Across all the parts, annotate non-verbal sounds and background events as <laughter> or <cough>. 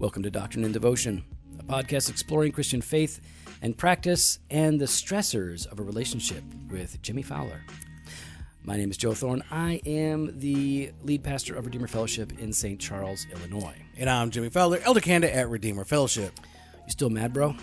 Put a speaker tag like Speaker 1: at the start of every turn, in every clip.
Speaker 1: Welcome to Doctrine and Devotion, a podcast exploring Christian faith and practice and the stressors of a relationship with Jimmy Fowler. My name is Joe Thorne. I am the lead pastor of Redeemer Fellowship in St. Charles, Illinois.
Speaker 2: And I'm Jimmy Fowler, Elder Candidate at Redeemer Fellowship.
Speaker 1: You still mad, bro?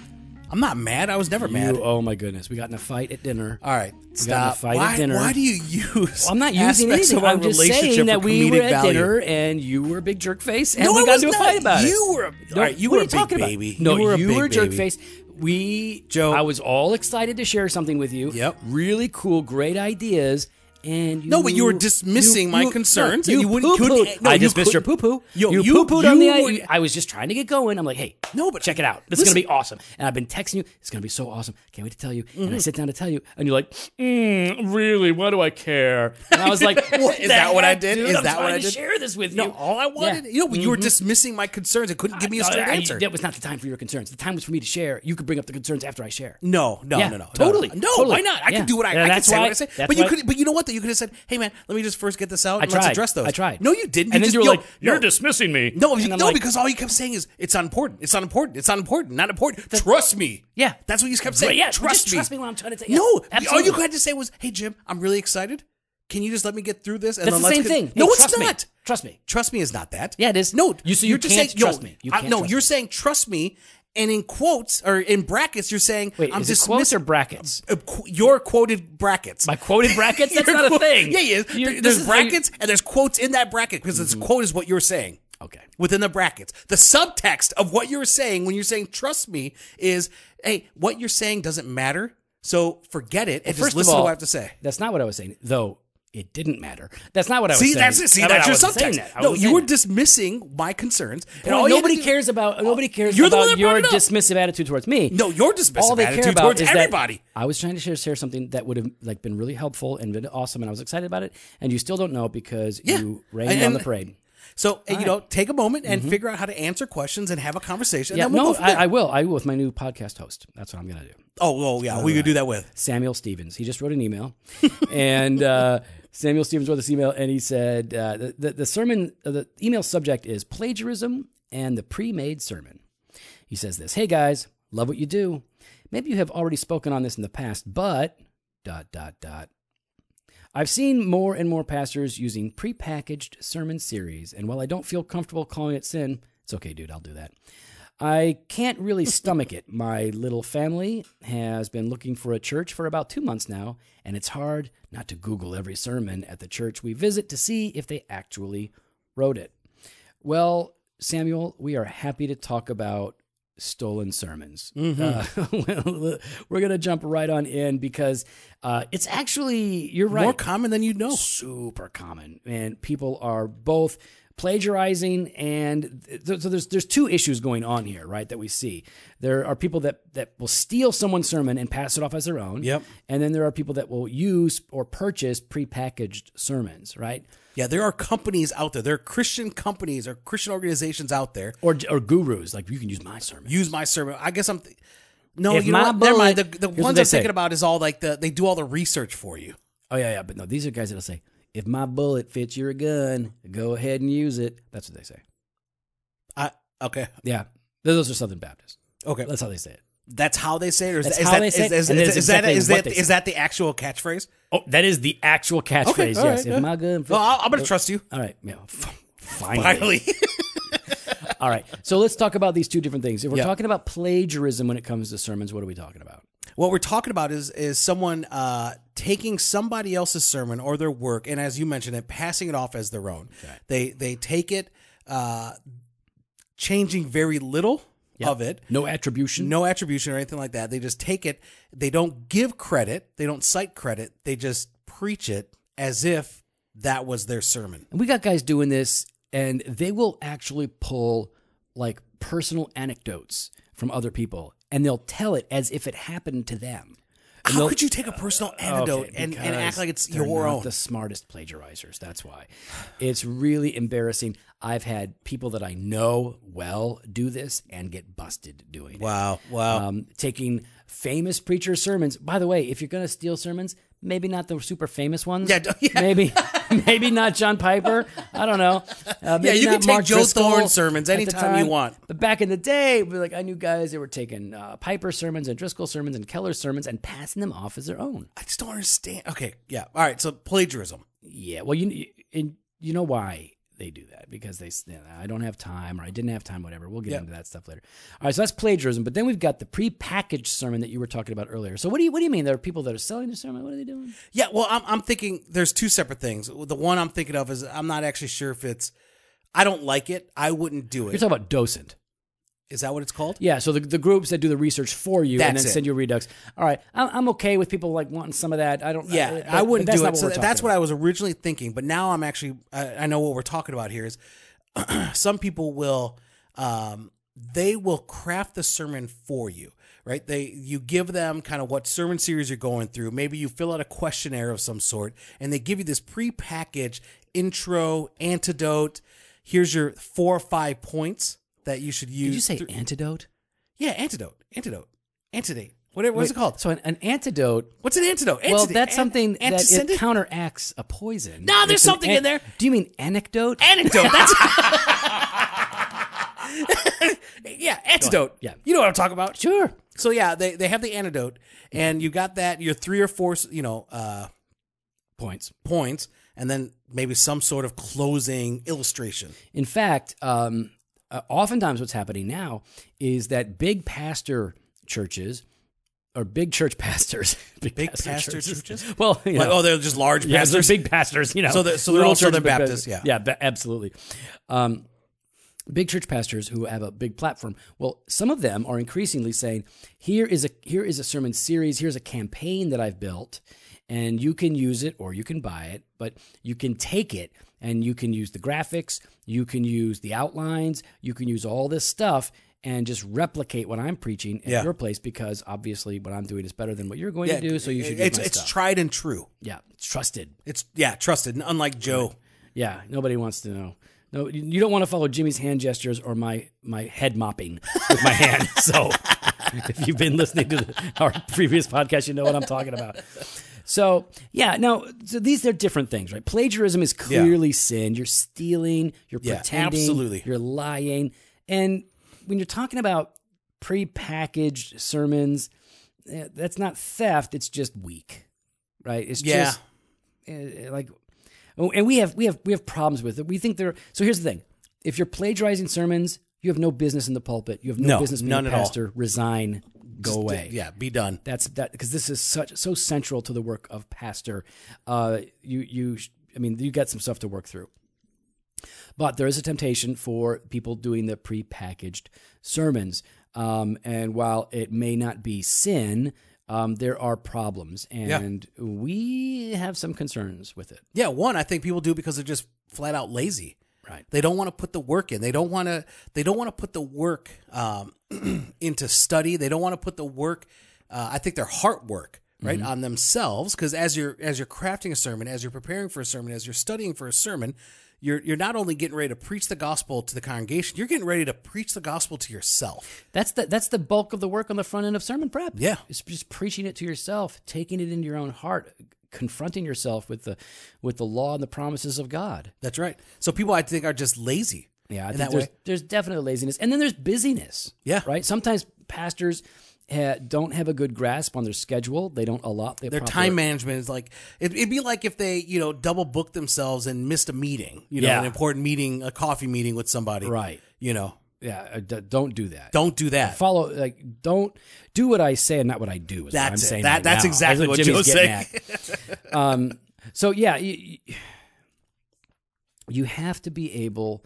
Speaker 2: I'm not mad. I was never mad.
Speaker 1: You, oh my goodness, we got in a fight at dinner.
Speaker 2: All right,
Speaker 1: got in a
Speaker 2: stop.
Speaker 1: fight at
Speaker 2: why,
Speaker 1: dinner.
Speaker 2: why do you use?
Speaker 1: Well, I'm not using
Speaker 2: aspects
Speaker 1: anything.
Speaker 2: Of our
Speaker 1: I'm just
Speaker 2: relationship
Speaker 1: saying that
Speaker 2: for
Speaker 1: we
Speaker 2: comedic
Speaker 1: were at
Speaker 2: value?
Speaker 1: dinner and you were a big jerk face, and
Speaker 2: No,
Speaker 1: we
Speaker 2: I
Speaker 1: got
Speaker 2: was
Speaker 1: into a
Speaker 2: not.
Speaker 1: fight about it.
Speaker 2: You were a- all right, you
Speaker 1: what
Speaker 2: were
Speaker 1: are
Speaker 2: a big
Speaker 1: talking about?
Speaker 2: baby.
Speaker 1: No,
Speaker 2: You were a big
Speaker 1: a jerk
Speaker 2: baby.
Speaker 1: face. We,
Speaker 2: Joe-
Speaker 1: I was all excited to share something with you.
Speaker 2: Yep.
Speaker 1: Really cool, great ideas. And you,
Speaker 2: No, but you were dismissing my concerns
Speaker 1: no,
Speaker 2: and you wouldn't-
Speaker 1: poo-pooed.
Speaker 2: couldn't- no,
Speaker 1: I
Speaker 2: you
Speaker 1: dismissed your poo
Speaker 2: couldn't-
Speaker 1: poo.
Speaker 2: Yo,
Speaker 1: you
Speaker 2: you-
Speaker 1: poo pooed on the
Speaker 2: you
Speaker 1: idea.
Speaker 2: would-
Speaker 1: I was just trying to get going. I'm like, hey,
Speaker 2: No, but-
Speaker 1: check it out. This is gonna
Speaker 2: listen.
Speaker 1: be awesome. And I've been texting you. It's gonna be so awesome. Can't wait to tell you. And I
Speaker 2: Mm-hmm.
Speaker 1: sit down to tell you, and you're like, mm, really? Why do I care? And I was
Speaker 2: <laughs>
Speaker 1: like, what
Speaker 2: Is
Speaker 1: the
Speaker 2: that what
Speaker 1: heck,
Speaker 2: I did?
Speaker 1: dude?
Speaker 2: Is
Speaker 1: I'm
Speaker 2: that what
Speaker 1: trying
Speaker 2: I
Speaker 1: to
Speaker 2: did?
Speaker 1: Share this with
Speaker 2: No,
Speaker 1: you.
Speaker 2: all I wanted.
Speaker 1: Yeah.
Speaker 2: You know, when you were dismissing my concerns and couldn't give me a
Speaker 1: No,
Speaker 2: straight
Speaker 1: I-
Speaker 2: answer.
Speaker 1: That was not the time for your concerns. The time was for me to share. You could bring up the concerns after I share.
Speaker 2: No, no,
Speaker 1: Yeah,
Speaker 2: no, no, no,
Speaker 1: totally,
Speaker 2: No, no,
Speaker 1: totally.
Speaker 2: why not? I
Speaker 1: Yeah.
Speaker 2: can do what I,
Speaker 1: Yeah,
Speaker 2: I can
Speaker 1: that's
Speaker 2: say
Speaker 1: why-
Speaker 2: what I say.
Speaker 1: that's
Speaker 2: But you
Speaker 1: why-
Speaker 2: could, but you know what? though? You could have said, "Hey, man, let me just first get this out.
Speaker 1: I
Speaker 2: and
Speaker 1: tried.
Speaker 2: Let's address those."
Speaker 1: I tried.
Speaker 2: No, you didn't.
Speaker 1: And
Speaker 2: you
Speaker 1: then
Speaker 2: just,
Speaker 1: you were
Speaker 2: yo,
Speaker 1: like, "You're
Speaker 2: no.
Speaker 1: dismissing me."
Speaker 2: No,
Speaker 1: And
Speaker 2: no,
Speaker 1: I'm like-
Speaker 2: because all you kept saying is, "It's not important. It's not important. It's not important. Not important. trust me."
Speaker 1: Yeah.
Speaker 2: that's what you kept saying.
Speaker 1: Right, yeah,
Speaker 2: trust
Speaker 1: just
Speaker 2: me.
Speaker 1: trust me when I'm trying to tell- yeah,
Speaker 2: No, all you
Speaker 1: absolutely.
Speaker 2: had to say was, "Hey, Jim, I'm really excited. Can you just let me get through this?" And
Speaker 1: That's
Speaker 2: then
Speaker 1: the
Speaker 2: let's
Speaker 1: same
Speaker 2: get-"
Speaker 1: thing.
Speaker 2: No,
Speaker 1: Hey,
Speaker 2: it's
Speaker 1: trust me.
Speaker 2: not.
Speaker 1: Trust me.
Speaker 2: Trust me is not that.
Speaker 1: Yeah, it is.
Speaker 2: No,
Speaker 1: You- so you
Speaker 2: are just
Speaker 1: can't
Speaker 2: saying, yo,
Speaker 1: trust me. You
Speaker 2: I-
Speaker 1: can't
Speaker 2: no,
Speaker 1: trust
Speaker 2: you're
Speaker 1: me.
Speaker 2: saying trust me, and in quotes or in brackets, you're saying,
Speaker 1: Wait,
Speaker 2: "I'm
Speaker 1: is it
Speaker 2: just
Speaker 1: quotes or brackets?
Speaker 2: uh, qu- your quoted brackets.
Speaker 1: My quoted brackets? That's
Speaker 2: <laughs> Your
Speaker 1: not a
Speaker 2: quote-
Speaker 1: thing.
Speaker 2: Yeah, yeah.
Speaker 1: You're-
Speaker 2: There-
Speaker 1: this
Speaker 2: There's
Speaker 1: is how you- Mm-hmm.
Speaker 2: brackets and there's quotes in that bracket because this quote is what you're saying
Speaker 1: Okay.
Speaker 2: within the brackets. The subtext of what you're saying when you're saying "trust me" is, "Hey, what you're saying doesn't matter, so forget it and just
Speaker 1: First
Speaker 2: listen
Speaker 1: of all,
Speaker 2: to what I have to say."
Speaker 1: That's not what I was saying, though. It didn't matter. That's not what I was
Speaker 2: See,
Speaker 1: saying.
Speaker 2: that's it. See,
Speaker 1: No, no,
Speaker 2: that's
Speaker 1: I
Speaker 2: your
Speaker 1: wasn't saying
Speaker 2: subtext.
Speaker 1: that. I
Speaker 2: No,
Speaker 1: wasn't
Speaker 2: you
Speaker 1: saying
Speaker 2: were
Speaker 1: that.
Speaker 2: dismissing my concerns. And
Speaker 1: Well,
Speaker 2: all you had
Speaker 1: nobody
Speaker 2: to do-
Speaker 1: cares about nobody cares
Speaker 2: You're the one
Speaker 1: about
Speaker 2: that brought
Speaker 1: your
Speaker 2: it up.
Speaker 1: dismissive attitude towards me.
Speaker 2: No, your dismissive
Speaker 1: All they
Speaker 2: attitude
Speaker 1: care about
Speaker 2: towards
Speaker 1: is that
Speaker 2: everybody.
Speaker 1: I was trying to share, share something that would have like been really helpful and been awesome, and I was excited about it. And you still don't know because
Speaker 2: Yeah.
Speaker 1: you rained
Speaker 2: And-
Speaker 1: on the
Speaker 2: and-
Speaker 1: parade.
Speaker 2: So you know, take a moment and figure out how to answer questions and have a conversation.
Speaker 1: Mm-hmm. Yeah,
Speaker 2: and then we'll
Speaker 1: no,
Speaker 2: go from there.
Speaker 1: I, I will. I will with my new podcast host. That's what I'm gonna do.
Speaker 2: oh, oh, yeah, we could do that with.
Speaker 1: Samuel Stevens. He just wrote an email, <laughs> and uh, Samuel Stevens wrote this email, and he said uh, the, the the sermon, uh, the email subject is plagiarism and the pre-made sermon. He says this: Hey guys, love what you do. Maybe you have already spoken on this in the past, but dot dot dot. I've seen more and more pastors using prepackaged sermon series, and while I don't feel comfortable calling it sin, it's okay, dude, I'll do that. I can't really stomach it. My little family has been looking for a church for about two months now, and it's hard not to Google every sermon at the church we visit to see if they actually wrote it. Well, Samuel, we are happy to talk about stolen sermons. Uh, <laughs> well, we're going to jump right on in because uh, it's actually, you're right
Speaker 2: More common than you know.
Speaker 1: super common and people are both plagiarizing and th- so there's there's two issues going on here right that we see there are people that that will steal someone's sermon and pass it off as their own
Speaker 2: Yep.
Speaker 1: and then there are people that will use or purchase prepackaged sermons right
Speaker 2: Yeah, there are companies out there. There are Christian companies or Christian organizations out there.
Speaker 1: or or gurus like you can use my sermon
Speaker 2: Use my sermon. I guess I'm. Th- no,
Speaker 1: If
Speaker 2: you know
Speaker 1: my
Speaker 2: what? Never mind. The,
Speaker 1: bullet-
Speaker 2: the
Speaker 1: here's what
Speaker 2: ones
Speaker 1: they
Speaker 2: I'm
Speaker 1: say.
Speaker 2: thinking about is all like the they do all the research for you.
Speaker 1: oh yeah yeah but no these are guys that'll say if my bullet fits your gun go ahead and use it that's what they say
Speaker 2: I okay
Speaker 1: yeah those are southern baptists
Speaker 2: okay.
Speaker 1: that's how they say it
Speaker 2: That's how they say it. Or is,
Speaker 1: That's
Speaker 2: is
Speaker 1: how
Speaker 2: that
Speaker 1: they
Speaker 2: is-
Speaker 1: say it,
Speaker 2: is-
Speaker 1: and
Speaker 2: is-
Speaker 1: that's
Speaker 2: is that
Speaker 1: exactly
Speaker 2: is
Speaker 1: what
Speaker 2: that
Speaker 1: they say.
Speaker 2: is that the actual catchphrase?
Speaker 1: oh that is the actual catchphrase
Speaker 2: Okay, all
Speaker 1: yes
Speaker 2: right,
Speaker 1: if
Speaker 2: yeah.
Speaker 1: my gun fits
Speaker 2: Well, I'll, I'm gonna trust you.
Speaker 1: All right. Yeah. F- Finally.
Speaker 2: Finally,
Speaker 1: <laughs>
Speaker 2: <laughs>
Speaker 1: All right. So let's talk about these two different things. If we're
Speaker 2: Yeah.
Speaker 1: talking about plagiarism when it comes to sermons, what are we talking about?
Speaker 2: what we're talking about is is someone uh, taking somebody else's sermon or their work, and as you mentioned, it passing it off as their own. They they take it, uh, changing very little of it.
Speaker 1: No attribution.
Speaker 2: no attribution or anything like that. They just take it. They don't give credit. They don't cite credit. They just preach it as if that was their sermon.
Speaker 1: And we got guys doing this, and they will actually pull like personal anecdotes from other people, and they'll tell it as if it happened to them.
Speaker 2: How could you take a personal anecdote
Speaker 1: uh, Okay,
Speaker 2: and, and
Speaker 1: because
Speaker 2: act like it's
Speaker 1: they're
Speaker 2: your
Speaker 1: not
Speaker 2: own?
Speaker 1: The smartest plagiarizers. That's why. It's really embarrassing. I've had people that I know well do this and get busted doing it.
Speaker 2: wow. Wow.
Speaker 1: Uh, um, taking famous preachers' sermons. By the way, if you're going to steal sermons, Maybe not the super famous ones.
Speaker 2: Yeah, d- <laughs> yeah.
Speaker 1: Maybe, maybe not John Piper. I don't know. Uh, maybe
Speaker 2: Yeah, you can
Speaker 1: not
Speaker 2: take
Speaker 1: Mark
Speaker 2: Joe
Speaker 1: Driscoll
Speaker 2: Thorne sermons
Speaker 1: at the
Speaker 2: anytime you want.
Speaker 1: But back in the day, we like I knew guys that were taking uh, Piper sermons and Driscoll sermons and Keller sermons and passing them off as their own.
Speaker 2: I just don't understand. Okay, yeah. All right, so plagiarism.
Speaker 1: Yeah. Well, you and you know why they do that because they s- yeah, I don't have time or I didn't have time whatever. We'll get
Speaker 2: Yeah.
Speaker 1: into that stuff later. All right, so that's plagiarism, but then we've got the prepackaged sermon that you were talking about earlier. So what do you what do you mean there are people that are selling the sermon? What are they doing?
Speaker 2: Yeah, well, I'm, I'm thinking there's two separate things. The one I'm thinking of is I'm not actually sure if it's. I don't like it. I wouldn't do
Speaker 1: You're
Speaker 2: it.
Speaker 1: talking about docent.
Speaker 2: Is that what it's called?
Speaker 1: Yeah, so the, the groups that do the research for you and
Speaker 2: That's
Speaker 1: then
Speaker 2: it.
Speaker 1: send you a redux. All right, I'm, I'm okay with people like wanting some of that. I don't.
Speaker 2: Yeah,
Speaker 1: Uh, but-
Speaker 2: I wouldn't
Speaker 1: but that's
Speaker 2: do
Speaker 1: not
Speaker 2: it. So
Speaker 1: we're
Speaker 2: that's
Speaker 1: talking
Speaker 2: what I was originally thinking, but now I'm actually I, I know what we're talking about here is <clears throat> some people will um, they will craft the sermon for you, right? They you give them kind of what sermon series you're going through. Maybe you fill out a questionnaire of some sort, and they give you this prepackaged intro, antidote. Here's your four or five points that you should use.
Speaker 1: Did you say
Speaker 2: through-
Speaker 1: antidote?
Speaker 2: yeah, antidote, antidote, antidote. Whatever, what's it called?
Speaker 1: So an, an antidote.
Speaker 2: What's an antidote?
Speaker 1: Well,
Speaker 2: Antidote-
Speaker 1: that's
Speaker 2: an-
Speaker 1: something that
Speaker 2: antecedent?
Speaker 1: it counteracts a poison.
Speaker 2: No, there's
Speaker 1: It's an
Speaker 2: something in there.
Speaker 1: Do you mean anecdote? <laughs>
Speaker 2: antidote. That's <laughs> yeah, antidote.
Speaker 1: Yeah.
Speaker 2: you know what I'm talking about.
Speaker 1: sure.
Speaker 2: So yeah, they they have the antidote, and you got that your three or four you know uh,
Speaker 1: Points.
Speaker 2: points, and then maybe some sort of closing illustration.
Speaker 1: In fact, um, uh, oftentimes what's happening now is that big pastor churches or big church pastors, <laughs> big,
Speaker 2: pastor churches?
Speaker 1: Well, you
Speaker 2: Like
Speaker 1: know,
Speaker 2: oh, they're just large
Speaker 1: yeah,
Speaker 2: pastors.
Speaker 1: they're big pastors, you know.
Speaker 2: So they're- so they're
Speaker 1: Little
Speaker 2: all
Speaker 1: churches,
Speaker 2: Southern
Speaker 1: big pas-
Speaker 2: Baptists, yeah.
Speaker 1: yeah, ba- absolutely. Um, big church pastors who have a big platform. Well, some of them are increasingly saying, "Here is a here is a sermon series. Here's a campaign that I've built, and you can use it or you can buy it, but you can take it and you can use the graphics, you can use the outlines, you can use all this stuff." And just replicate what I'm preaching at
Speaker 2: Yeah.
Speaker 1: your place because obviously what I'm doing is better than what you're going
Speaker 2: Yeah,
Speaker 1: to do. So you should use
Speaker 2: It's
Speaker 1: my
Speaker 2: it's
Speaker 1: stuff.
Speaker 2: tried and true.
Speaker 1: yeah, it's trusted.
Speaker 2: It's yeah trusted. Unlike Joe.
Speaker 1: Yeah, nobody wants to know. No, you you don't want to follow Jimmy's hand gestures or my my head mopping with my
Speaker 2: <laughs>
Speaker 1: hand. So, if you've been listening to the, our previous podcast, you know what I'm talking about. So, yeah, no, so these are different things, right? Plagiarism is clearly sin. You're stealing, you're
Speaker 2: Yeah,
Speaker 1: pretending,
Speaker 2: absolutely.
Speaker 1: you're lying. And when you're talking about prepackaged sermons, eh, that's not theft, it's just weak. Right? It's
Speaker 2: Yeah.
Speaker 1: just uh, like oh, and we have we have we have problems with it we think they're so here's the thing if you're plagiarizing sermons you have no business in the pulpit you have no,
Speaker 2: No,
Speaker 1: business being
Speaker 2: none
Speaker 1: a
Speaker 2: at all.
Speaker 1: pastor resign go away
Speaker 2: Yeah, be done.
Speaker 1: that's that because this is such so central to the work of pastor uh you you sh- i mean you got some stuff to work through but there is a temptation for people doing the prepackaged sermons um and while it may not be sin um, there are problems, and we have some concerns with it.
Speaker 2: Yeah, one I think people do it because they're just flat out lazy.
Speaker 1: Right.
Speaker 2: They don't want to put the work in. They don't want to. They don't want to put the work um, <clears throat> into study. They don't want to put the work. Uh, I think their heart work
Speaker 1: Mm-hmm.
Speaker 2: right on themselves because as you're as you're crafting a sermon, as you're preparing for a sermon, as you're studying for a sermon, you're you're not only getting ready to preach the gospel to the congregation, you're getting ready to preach the gospel to yourself.
Speaker 1: That's the that's the bulk of the work on the front end of sermon prep.
Speaker 2: Yeah.
Speaker 1: it's just preaching it to yourself, taking it into your own heart, confronting yourself with the with the law and the promises of God.
Speaker 2: That's right. So people I think are just lazy.
Speaker 1: Yeah, I
Speaker 2: in
Speaker 1: think
Speaker 2: that
Speaker 1: there's,
Speaker 2: way.
Speaker 1: there's definite laziness, and then there's busyness.
Speaker 2: Yeah.
Speaker 1: right. Sometimes pastors ha- don't have a good grasp on their schedule. They don't allot
Speaker 2: Their time management is like it, it'd be like if they you know double booked themselves and missed a meeting, you know,
Speaker 1: Yeah.
Speaker 2: an important meeting, a coffee meeting with somebody,
Speaker 1: Right.
Speaker 2: You know,
Speaker 1: Yeah, uh, d- don't do that.
Speaker 2: don't do that.
Speaker 1: follow like don't do what I say and not what I do. Is
Speaker 2: That's
Speaker 1: what I'm
Speaker 2: it.
Speaker 1: saying
Speaker 2: That-
Speaker 1: right
Speaker 2: that's
Speaker 1: now.
Speaker 2: exactly what
Speaker 1: Jimmy's
Speaker 2: Joe's
Speaker 1: getting at. um, so yeah, you, you- you have to be able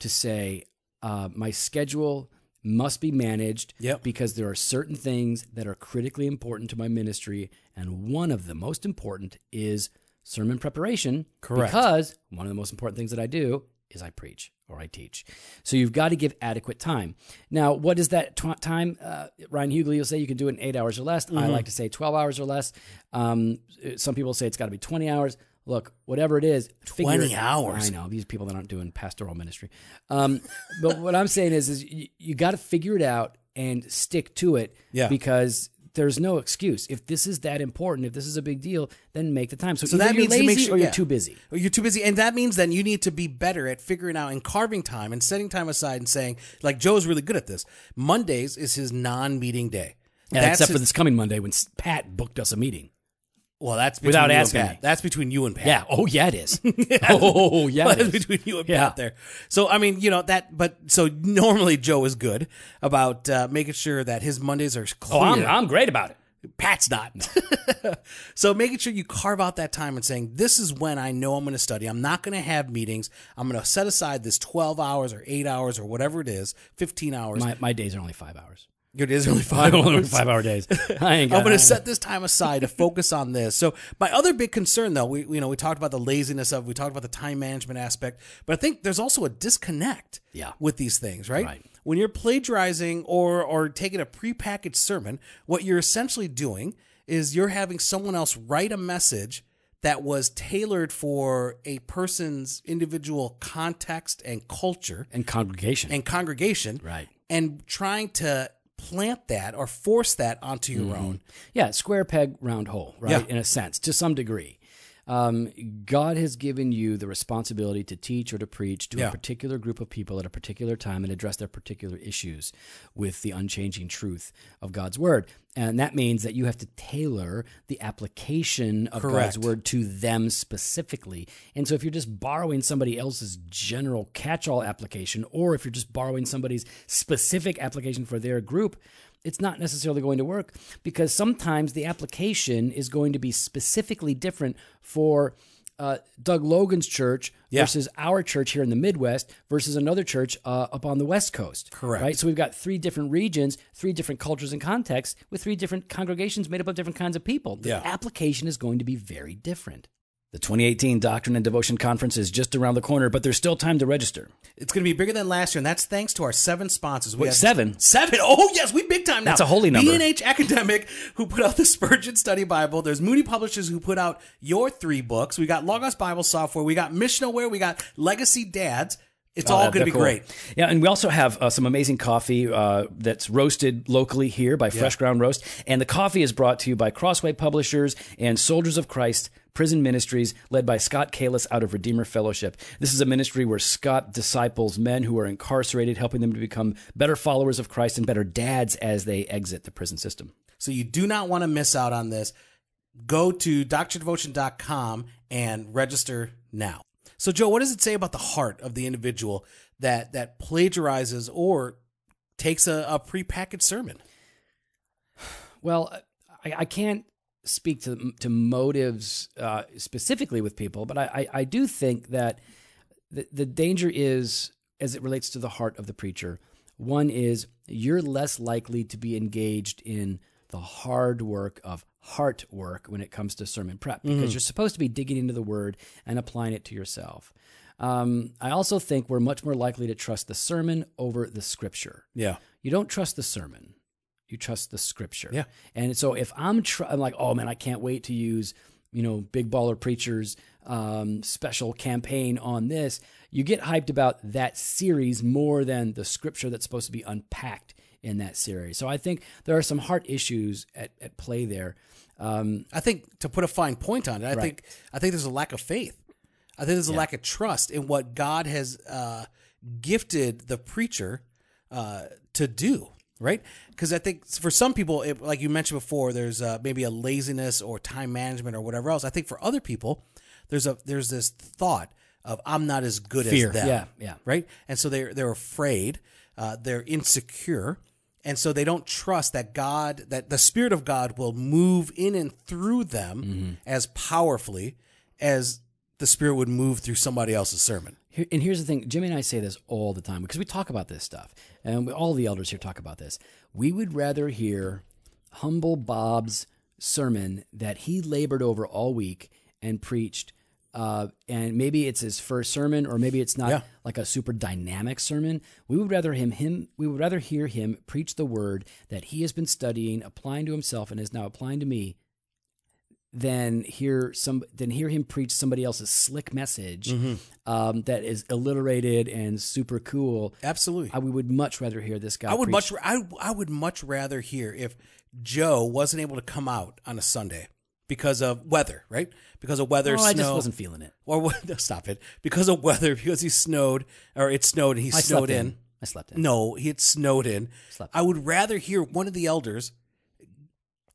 Speaker 1: to say uh, my schedule must be managed
Speaker 2: Yep.
Speaker 1: because there are certain things that are critically important to my ministry, and one of the most important is sermon preparation.
Speaker 2: Correct.
Speaker 1: Because one of the most important things that I do is I preach or I teach. So you've got to give adequate time. Now, what is that tw- time? Uh, Ryan Hughley will say you can do it in eight hours or less.
Speaker 2: Mm-hmm.
Speaker 1: I like to say 12 hours or less. Um, uh, some people say it's got to be 20 hours. Look, whatever it is, figure
Speaker 2: 20
Speaker 1: it-
Speaker 2: hours.
Speaker 1: I know these people that aren't doing pastoral ministry. Um, but what I'm saying is, is you, you got to figure it out and stick to it
Speaker 2: Yeah.
Speaker 1: because there's no excuse. If this is that important, if this is a big deal, then make the time. So,
Speaker 2: So
Speaker 1: either
Speaker 2: that
Speaker 1: you're
Speaker 2: means to
Speaker 1: lazy
Speaker 2: make sure-
Speaker 1: or you're
Speaker 2: yeah.
Speaker 1: too busy.
Speaker 2: Or Oh, You're too busy, and that means then you need to be better at figuring out and carving time and setting time aside and saying, like Joe's really good at this. Mondays is his non-meeting day.
Speaker 1: Yeah,
Speaker 2: That's
Speaker 1: except for
Speaker 2: his-
Speaker 1: this coming Monday when S- Pat booked us a meeting.
Speaker 2: <laughs> well, that's between
Speaker 1: Without
Speaker 2: you and
Speaker 1: asking
Speaker 2: Pat.
Speaker 1: me.
Speaker 2: That's between you and Pat. <laughs>
Speaker 1: Yeah. Oh yeah, it is. oh yeah,
Speaker 2: Well,
Speaker 1: it
Speaker 2: that's
Speaker 1: is.
Speaker 2: between you and
Speaker 1: Yeah.
Speaker 2: Pat there. So I mean, you know that, but so normally Joe is good about uh, making sure that his Mondays are clear.
Speaker 1: Oh, I'm, I'm great about it.
Speaker 2: Pat's <laughs> not. so making sure you carve out that time and saying, this is when I know I'm going to study. I'm not going to have meetings. I'm going to set aside this 12 hours or eight hours or whatever it is, 15 hours.
Speaker 1: My, my days are only five hours.
Speaker 2: it is only five
Speaker 1: I'm <laughs> only
Speaker 2: hours.
Speaker 1: five hour days. I ain't got.
Speaker 2: <laughs> I'm going
Speaker 1: I-
Speaker 2: to set this time aside to focus on this. So my other big concern, though, we you know we talked about the laziness of, we talked about the time management aspect, but I think there's also a disconnect
Speaker 1: Yeah.
Speaker 2: with these things, right?
Speaker 1: Right.
Speaker 2: When you're plagiarizing or or taking a prepackaged sermon, what you're essentially doing is you're having someone else write a message that was tailored for a person's individual context and culture
Speaker 1: and congregation.
Speaker 2: and congregation,
Speaker 1: Right.
Speaker 2: And trying to plant that or force that onto your
Speaker 1: Mm-hmm.
Speaker 2: own.
Speaker 1: yeah, square peg, round hole, right?
Speaker 2: Yeah.
Speaker 1: In a sense, to some degree. Um, God has given you the responsibility to teach or to preach to
Speaker 2: Yeah.
Speaker 1: a particular group of people at a particular time and address their particular issues with the unchanging truth of God's word. And that means that you have to tailor the application of
Speaker 2: Correct.
Speaker 1: God's word to them specifically. And so if you're just borrowing somebody else's general catch all application, or if you're just borrowing somebody's specific application for their group, it's not necessarily going to work because sometimes the application is going to be specifically different for uh, Doug Logan's church versus our church here in the Midwest versus another church uh, up on the West Coast.
Speaker 2: Correct.
Speaker 1: Right? So we've got three different regions, three different cultures and contexts with three different congregations made up of different kinds of people. The
Speaker 2: Yeah.
Speaker 1: application is going to be very different. The 2018 Doctrine and Devotion Conference is just around the corner, but there's still time to register.
Speaker 2: It's going to be bigger than last year, and that's thanks to our seven sponsors. We have
Speaker 1: seven?
Speaker 2: Seven. Oh yes, we big time now.
Speaker 1: That's a holy number.
Speaker 2: BNH Academic, who put out the Spurgeon Study Bible. There's Moody Publishers, who put out your three books. We got Logos Bible Software. We got Missionaware. We got Legacy Dads. It's
Speaker 1: Oh,
Speaker 2: all going to be great.
Speaker 1: Yeah, and we also have uh, some amazing coffee uh, that's roasted locally here by Fresh Ground Roast. And the coffee is brought to you by Crossway Publishers and Soldiers of Christ Prison Ministries, led by Scott Kalis out of Redeemer Fellowship. This is a ministry where Scott disciples men who are incarcerated, helping them to become better followers of Christ and better dads as they exit the prison system.
Speaker 2: So you do not want to miss out on this. Go to drdevotion.com and register now. So Joe, what does it say about the heart of the individual that that plagiarizes or takes a, a prepackaged sermon?
Speaker 1: Well, uh, I, I can't speak to to motives uh, specifically with people, but I, I, I do think that the, the danger is, as it relates to the heart of the preacher, one is you're less likely to be engaged in the hard work of heart work when it comes to sermon prep because you're supposed to be digging into the word and applying it to yourself. Um, I also think we're much more likely to trust the sermon over the scripture
Speaker 2: Yeah.
Speaker 1: you don't trust the sermon you trust the scripture
Speaker 2: Yeah.
Speaker 1: and so if i'm tr- i'm like oh man i can't wait to use you know big baller preachers um, special campaign on this you get hyped about that series more than the scripture that's supposed to be unpacked in that series so i think there are some heart issues at, at play there um,
Speaker 2: I think to put a fine point on it, I think I think there's a lack of faith. I think there's a lack of trust in what God has uh, gifted the preacher uh, to do, right? Because I think for some people, it, like you mentioned before, there's uh, maybe a laziness or time management or whatever else. I think for other people, there's a there's this thought of I'm not as good
Speaker 1: Fear.
Speaker 2: as them,
Speaker 1: Yeah, yeah.
Speaker 2: right? And so they're they're afraid, uh, they're insecure, and so they don't trust that God, that the Spirit of God will move in and through them
Speaker 1: Mm-hmm.
Speaker 2: as powerfully as the Spirit would move through somebody else's sermon.
Speaker 1: Here- and here's the thing jimmy and i say this all the time because we talk about this stuff and we, all the elders here talk about this we would rather hear humble bob's sermon that he labored over all week and preached uh, and maybe it's his first sermon or maybe it's not
Speaker 2: Yeah.
Speaker 1: like a super dynamic sermon we would rather him him we would rather hear him preach the word that he has been studying applying to himself and is now applying to me than hear some than hear him preach somebody else's slick message
Speaker 2: Mm-hmm.
Speaker 1: um, that is alliterated and super cool.
Speaker 2: Absolutely.
Speaker 1: I, we would much rather hear this guy.
Speaker 2: I would
Speaker 1: preach-
Speaker 2: much I, I would much rather hear if Joe wasn't able to come out on a Sunday because of weather, right? Because of weather,
Speaker 1: Oh,
Speaker 2: snow.
Speaker 1: I just wasn't feeling it.
Speaker 2: or <laughs> what- no, stop it. Because of weather, because he snowed or it snowed and he
Speaker 1: I
Speaker 2: snowed
Speaker 1: slept in.
Speaker 2: in.
Speaker 1: I slept in.
Speaker 2: No, he had snowed in.
Speaker 1: Slept.
Speaker 2: I would rather hear one of the elders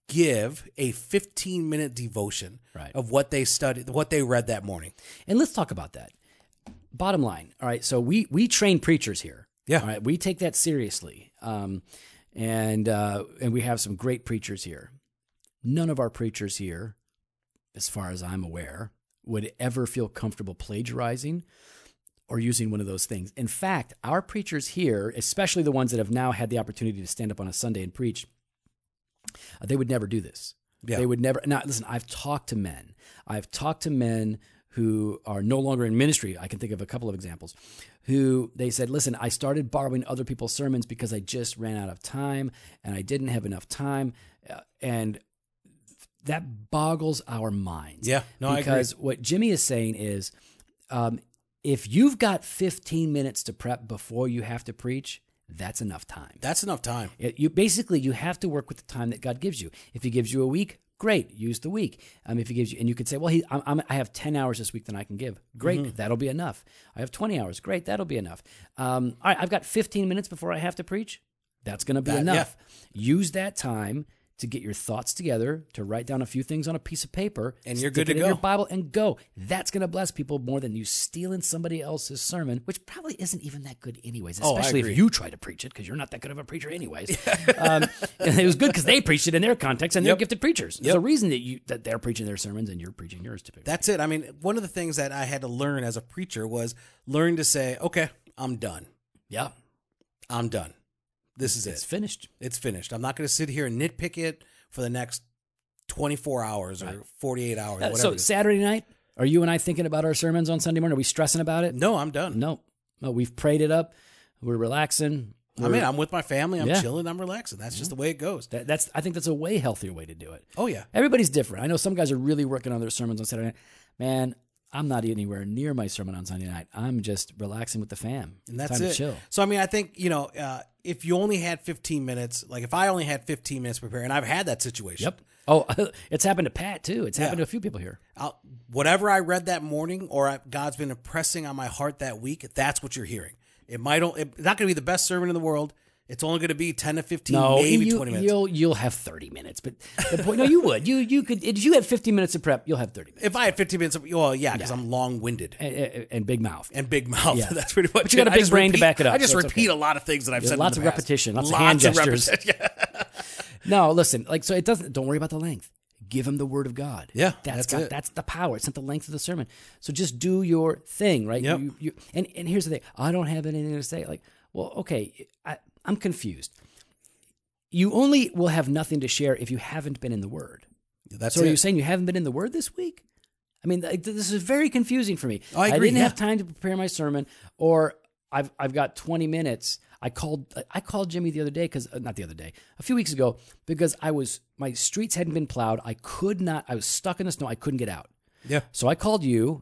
Speaker 2: give a 15 minute devotion
Speaker 1: Right.
Speaker 2: of what they studied, what they read that morning.
Speaker 1: And let's talk about that. Bottom line, all right. So we we train preachers here.
Speaker 2: Yeah.
Speaker 1: All right. We take that seriously. Um, and uh, and we have some great preachers here. None of our preachers here, as far as I'm aware, would ever feel comfortable plagiarizing or using one of those things. In fact, our preachers here, especially the ones that have now had the opportunity to stand up on a Sunday and preach, uh, they would never do this.
Speaker 2: Yeah.
Speaker 1: They would never. Now, listen, I've talked to men. I've talked to men who are no longer in ministry. I can think of a couple of examples who they said, listen, I started borrowing other people's sermons because I just ran out of time and I didn't have enough time. Uh, and that boggles our minds.
Speaker 2: Yeah. No, I agree.
Speaker 1: because what Jimmy is saying is um, if you've got 15 minutes to prep before you have to preach, that's enough time.
Speaker 2: That's enough time.
Speaker 1: It, you basically you have to work with the time that God gives you. If He gives you a week, great, use the week. Um, if He gives you, and you could say, well, he, I'm, I'm, I have ten hours this week that I can give. Great,
Speaker 2: Mm-hmm.
Speaker 1: that'll be enough. I have twenty hours. Great, that'll be enough. Um, all right, I've got fifteen minutes before I have to preach. That's going to be
Speaker 2: That-
Speaker 1: enough. Use that time to get your thoughts together, to write down a few things on a piece of paper,
Speaker 2: And you're
Speaker 1: stick
Speaker 2: good
Speaker 1: it
Speaker 2: to
Speaker 1: in Your
Speaker 2: go.
Speaker 1: Bible and go. That's going to bless people more than you stealing somebody else's sermon, which probably isn't even that good, anyways.
Speaker 2: Oh, I
Speaker 1: Especially
Speaker 2: agree.
Speaker 1: if you try to preach it, because you're not that good of a preacher,
Speaker 2: <laughs>
Speaker 1: anyways. um, and it was good because they preached it in their context, and they're gifted preachers. There's a reason that you that they're preaching their sermons and you're preaching yours typically.
Speaker 2: That's it. I mean, one of the things that I had to learn as a preacher was learn to say, okay, I'm done.
Speaker 1: yeah,
Speaker 2: I'm done. This is
Speaker 1: it's
Speaker 2: it.
Speaker 1: finished.
Speaker 2: It's finished. I'm not going to sit here and nitpick it for the next 24 hours or 48
Speaker 1: Uh,
Speaker 2: hours, whatever.
Speaker 1: so
Speaker 2: it is.
Speaker 1: Saturday night, are you and I thinking about our sermons on Sunday morning? Are we stressing about it?
Speaker 2: no, I'm done.
Speaker 1: No, no, we've prayed it up. We're relaxing.
Speaker 2: I mean, I'm with my family. I'm
Speaker 1: Yeah. Mm-hmm.
Speaker 2: chilling. I'm relaxing. That's just the way it goes.
Speaker 1: That, that's I think that's a way healthier way to do it.
Speaker 2: Oh yeah.
Speaker 1: Everybody's different. I know some guys are really working on their sermons on Saturday night. Man, I'm not anywhere near my sermon on Sunday night. I'm just relaxing with the fam.
Speaker 2: And that's
Speaker 1: Time
Speaker 2: it.
Speaker 1: to chill.
Speaker 2: So I mean, I think you know, uh, if you only had 15 minutes, like if I only had 15 minutes to prepare, and I've had that situation.
Speaker 1: Yep. Oh, <laughs> it's happened to Pat too. It's happened to a few people here.
Speaker 2: I'll, whatever I read that morning, or I, God's been impressing on my heart that week, that's what you're hearing. It might o- it's not going to be the best sermon in the world. It's only going to be 10 to 15, maybe
Speaker 1: Oh, you,
Speaker 2: 20 minutes.
Speaker 1: you'll you'll have thirty minutes, but the point, no, you would. You you could if you had fifteen minutes of prep, you'll have thirty minutes
Speaker 2: if I had 15 minutes, well, yeah, because I'm long winded
Speaker 1: and, and- and big mouth.
Speaker 2: and big mouth.
Speaker 1: Yeah.
Speaker 2: <laughs> That's pretty much.
Speaker 1: But you got
Speaker 2: it.
Speaker 1: a
Speaker 2: I
Speaker 1: big
Speaker 2: just
Speaker 1: brain to
Speaker 2: repeat-
Speaker 1: back it up,
Speaker 2: I just
Speaker 1: so it's
Speaker 2: repeat
Speaker 1: okay.
Speaker 2: a lot of things that I've said. in
Speaker 1: lots
Speaker 2: the
Speaker 1: of
Speaker 2: past.
Speaker 1: repetition, lots, of hand gestures.
Speaker 2: <laughs> repetition.
Speaker 1: No, listen, like so, it doesn't. Don't worry about the length. Give him the word of God.
Speaker 2: Yeah,
Speaker 1: that's
Speaker 2: that's
Speaker 1: got,
Speaker 2: it.
Speaker 1: that's the power. It's not the length of the sermon. So just do your thing, right?
Speaker 2: Yep.
Speaker 1: You, you, and and here's the thing. I don't have anything to say. Like, well, okay, I, I'm confused. You only will have nothing to share if you haven't been in the Word.
Speaker 2: That's
Speaker 1: So are
Speaker 2: it.
Speaker 1: you saying you haven't been in the Word this week? I mean, th- this is very confusing for me.
Speaker 2: I agree,
Speaker 1: didn't
Speaker 2: yeah.
Speaker 1: have time to prepare my sermon, or I've I've got 20 minutes. I called I called Jimmy the other day because not the other day, a few weeks ago because I was my streets hadn't been plowed. I could not. I was stuck in the snow. I couldn't get out.
Speaker 2: yeah.
Speaker 1: So I called you.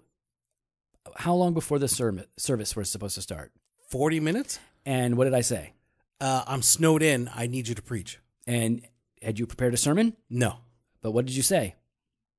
Speaker 1: How long before the sermon service was supposed to start?
Speaker 2: 40 minutes?
Speaker 1: And what did I say?
Speaker 2: Uh, I'm snowed in. I need you to preach.
Speaker 1: And had you prepared a sermon?
Speaker 2: No.
Speaker 1: But what did you say?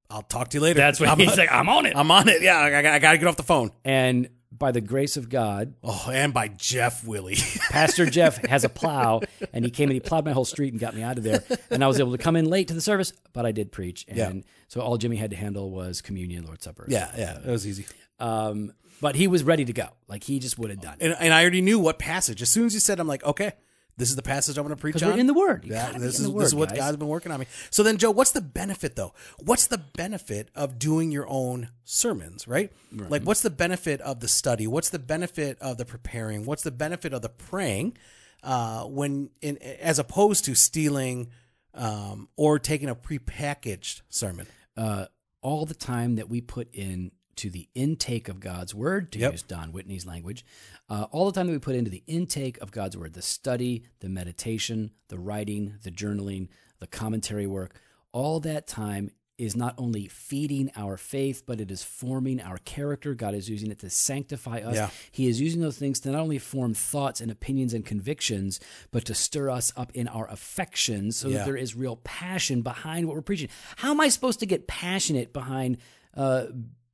Speaker 2: I'll talk to you later.
Speaker 1: I'm
Speaker 2: I'm,
Speaker 1: like. I'm on it.
Speaker 2: <laughs> I'm on it. Yeah, I, I, I got to get off the phone.
Speaker 1: And by the grace of God,
Speaker 2: Oh, and by Jeff Willie. <laughs>
Speaker 1: Pastor Jeff has a plow, and he came and he plowed my whole street and got me out of there. And I was able to come in late to the service, but I did preach. And
Speaker 2: Yeah.
Speaker 1: so all Jimmy had to handle was communion, Lord's Supper.
Speaker 2: yeah, yeah, that was easy.
Speaker 1: Um, but he was ready to go. Like he just would have done it.
Speaker 2: And, and I already knew what passage. As soon as you said, I'm like, okay, this is the passage I'm going to preach
Speaker 1: Because
Speaker 2: on.
Speaker 1: we're in the Word. You
Speaker 2: yeah,
Speaker 1: gotta be
Speaker 2: this
Speaker 1: in
Speaker 2: is
Speaker 1: the
Speaker 2: this is
Speaker 1: Word,
Speaker 2: what
Speaker 1: guys.
Speaker 2: God's been working on me. So then, Joe, what's the benefit though? What's the benefit of doing your own sermons, right? Like, what's the benefit of the study? What's the benefit of the preparing? What's the benefit of the praying? Uh, when in, as opposed to stealing um, or taking a prepackaged sermon.
Speaker 1: Uh, all the time that we put in to the intake of God's Word, to
Speaker 2: Yep.
Speaker 1: use Don Whitney's language, uh, all the time that we put into the intake of God's Word, the study, the meditation, the writing, the journaling, the commentary work, all that time is not only feeding our faith, but it is forming our character. God is using it to sanctify us.
Speaker 2: Yeah.
Speaker 1: He is using those things to not only form thoughts and opinions and convictions, but to stir us up in our affections so
Speaker 2: Yeah.
Speaker 1: that there is real passion behind what we're preaching. How am I supposed to get passionate behind uh,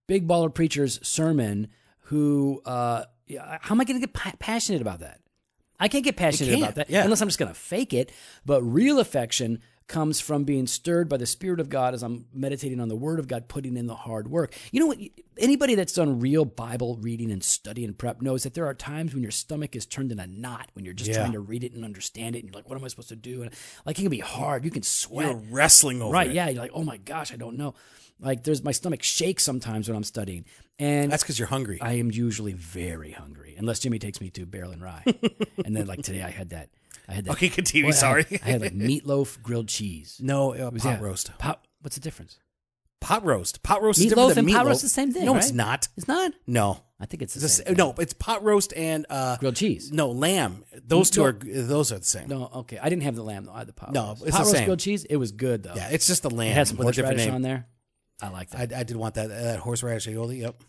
Speaker 1: Big Baller Preacher's sermon who, uh, how am I going to get pa- passionate about that? I can't get passionate
Speaker 2: can't,
Speaker 1: about that
Speaker 2: yeah.
Speaker 1: unless I'm just going to fake it. But real affection comes from being stirred by the Spirit of God as I'm meditating on the Word of God, putting in the hard work. You know what? Anybody that's done real Bible reading and study and prep knows that there are times when your stomach is turned in a knot when you're just
Speaker 2: Yeah.
Speaker 1: trying to read it and understand it. And you're like, what am I supposed to do? And like, it can be hard. You can sweat.
Speaker 2: You're wrestling over
Speaker 1: right.
Speaker 2: it.
Speaker 1: Yeah. You're like, oh my gosh, I don't know. Like, there's my stomach shakes sometimes when I'm studying. And
Speaker 2: That's because you're hungry.
Speaker 1: I am usually very hungry, unless Jimmy takes me to Barrel and
Speaker 2: <laughs>
Speaker 1: Rye. and then like today, I had that. I had that.
Speaker 2: okay, continue.
Speaker 1: what I
Speaker 2: sorry.
Speaker 1: had- I had, like meatloaf, grilled cheese.
Speaker 2: no, uh, pot
Speaker 1: yeah.
Speaker 2: roast.
Speaker 1: Pop. What's the difference?
Speaker 2: Pot roast. Pot roast is
Speaker 1: Meatloaf
Speaker 2: different than
Speaker 1: and
Speaker 2: meatloaf.
Speaker 1: pot roast is the same thing,
Speaker 2: No, it's
Speaker 1: right?
Speaker 2: not.
Speaker 1: It's not.
Speaker 2: No.
Speaker 1: I think it's the
Speaker 2: It's the
Speaker 1: same.
Speaker 2: sa-
Speaker 1: thing.
Speaker 2: no, it's pot roast and uh,
Speaker 1: grilled cheese.
Speaker 2: no lamb. Those two are those are the same.
Speaker 1: No, okay. I didn't have the lamb though. I had the pop.
Speaker 2: No,
Speaker 1: roast.
Speaker 2: it's
Speaker 1: pot
Speaker 2: the
Speaker 1: roast
Speaker 2: same.
Speaker 1: grilled cheese. It was good though.
Speaker 2: Yeah, it's just the lamb
Speaker 1: it had some
Speaker 2: with a different
Speaker 1: horseradish
Speaker 2: name.
Speaker 1: on there. I like that.
Speaker 2: I, I did want that that horseradish aioli. Yep.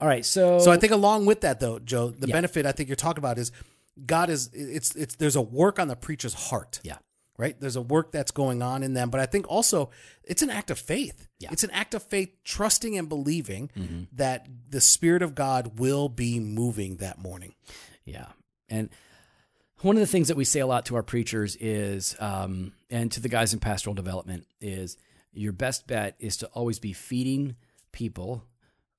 Speaker 1: All right, so
Speaker 2: So I think along with that though, Joe, the benefit I think you're talking about is God is it's it's there's a work on the preacher's heart.
Speaker 1: yeah,
Speaker 2: right? There's a work that's going on in them, but I think also it's an act of faith.
Speaker 1: Yeah. Mm-hmm.
Speaker 2: It's an act of faith, trusting and believing that the Spirit of God will be moving that morning.
Speaker 1: Yeah. And one of the things that we say a lot to our preachers is, um, and to the guys in pastoral development, is your best bet is to always be feeding people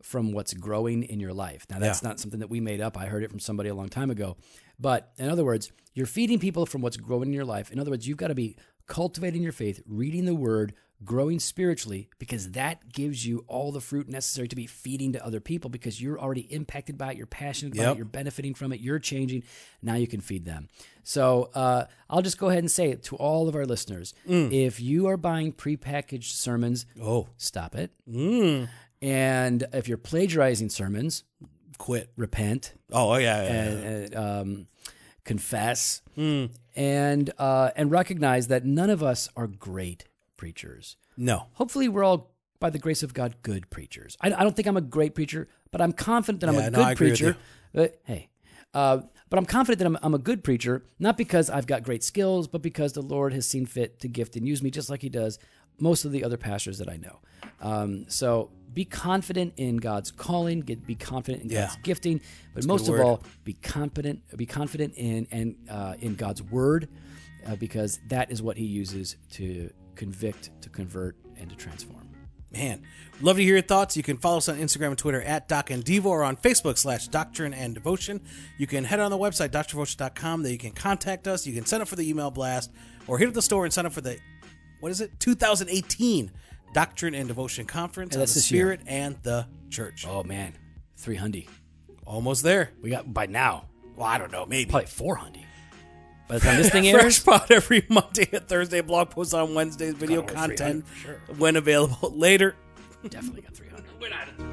Speaker 1: from what's growing in your life. Now, that's not something that we made up. I heard it from somebody a long time ago. But in other words, you're feeding people from what's growing in your life. In other words, you've got to be cultivating your faith, reading the word, growing spiritually, because that gives you all the fruit necessary to be feeding to other people because you're already impacted by it. You're passionate about
Speaker 2: Yep.
Speaker 1: it. You're benefiting from it. You're changing. Now you can feed them. So uh, I'll just go ahead and say it to all of our listeners if you are buying prepackaged sermons,
Speaker 2: Mm. Oh,
Speaker 1: stop it. And if you're plagiarizing sermons,
Speaker 2: quit.
Speaker 1: repent
Speaker 2: Oh, yeah. yeah, Hmm. yeah.
Speaker 1: and, um, confess and uh, and recognize that none of us are great preachers.
Speaker 2: No.
Speaker 1: Hopefully, we're all by the grace of God good preachers. I, I don't think I'm a great preacher, but I'm confident that I'm
Speaker 2: Yeah,
Speaker 1: a
Speaker 2: no,
Speaker 1: good
Speaker 2: I agree with
Speaker 1: preacher. Uh, hey. Uh, but I'm confident that I'm, I'm a good preacher, not because I've got great skills, but because the Lord has seen fit to gift and use me just like He does most of the other pastors that I know. Um, so be confident in God's calling, get, be confident in God's
Speaker 2: Yeah.
Speaker 1: gifting, but most of
Speaker 2: word.
Speaker 1: all, be confident, be confident in and uh, in God's word, uh, because that is what He uses to convict, to convert, and to transform.
Speaker 2: Man, love to hear your thoughts. You can follow us on Instagram and Twitter at Doc and Devo or on Facebook slash Doctrine and Devotion. You can head on the website, doctrinedevotion.com. There you can contact us. You can sign up for the email blast or hit up the store and sign up for the, what is it, 2018 Doctrine and Devotion Conference on the
Speaker 1: that's this year.
Speaker 2: Spirit and the Church.
Speaker 1: Oh man, three hundred.
Speaker 2: Almost there.
Speaker 1: We got by now
Speaker 2: Well, I don't know. Maybe. <laughs>
Speaker 1: probably four hundred. By the time this thing airs,
Speaker 2: Fresh pot every Monday and Thursday. Blog posts on Wednesdays. Video
Speaker 1: over 300
Speaker 2: content
Speaker 1: for sure.
Speaker 2: when available <laughs> later.
Speaker 1: definitely got three hundred.
Speaker 2: We're not at 300.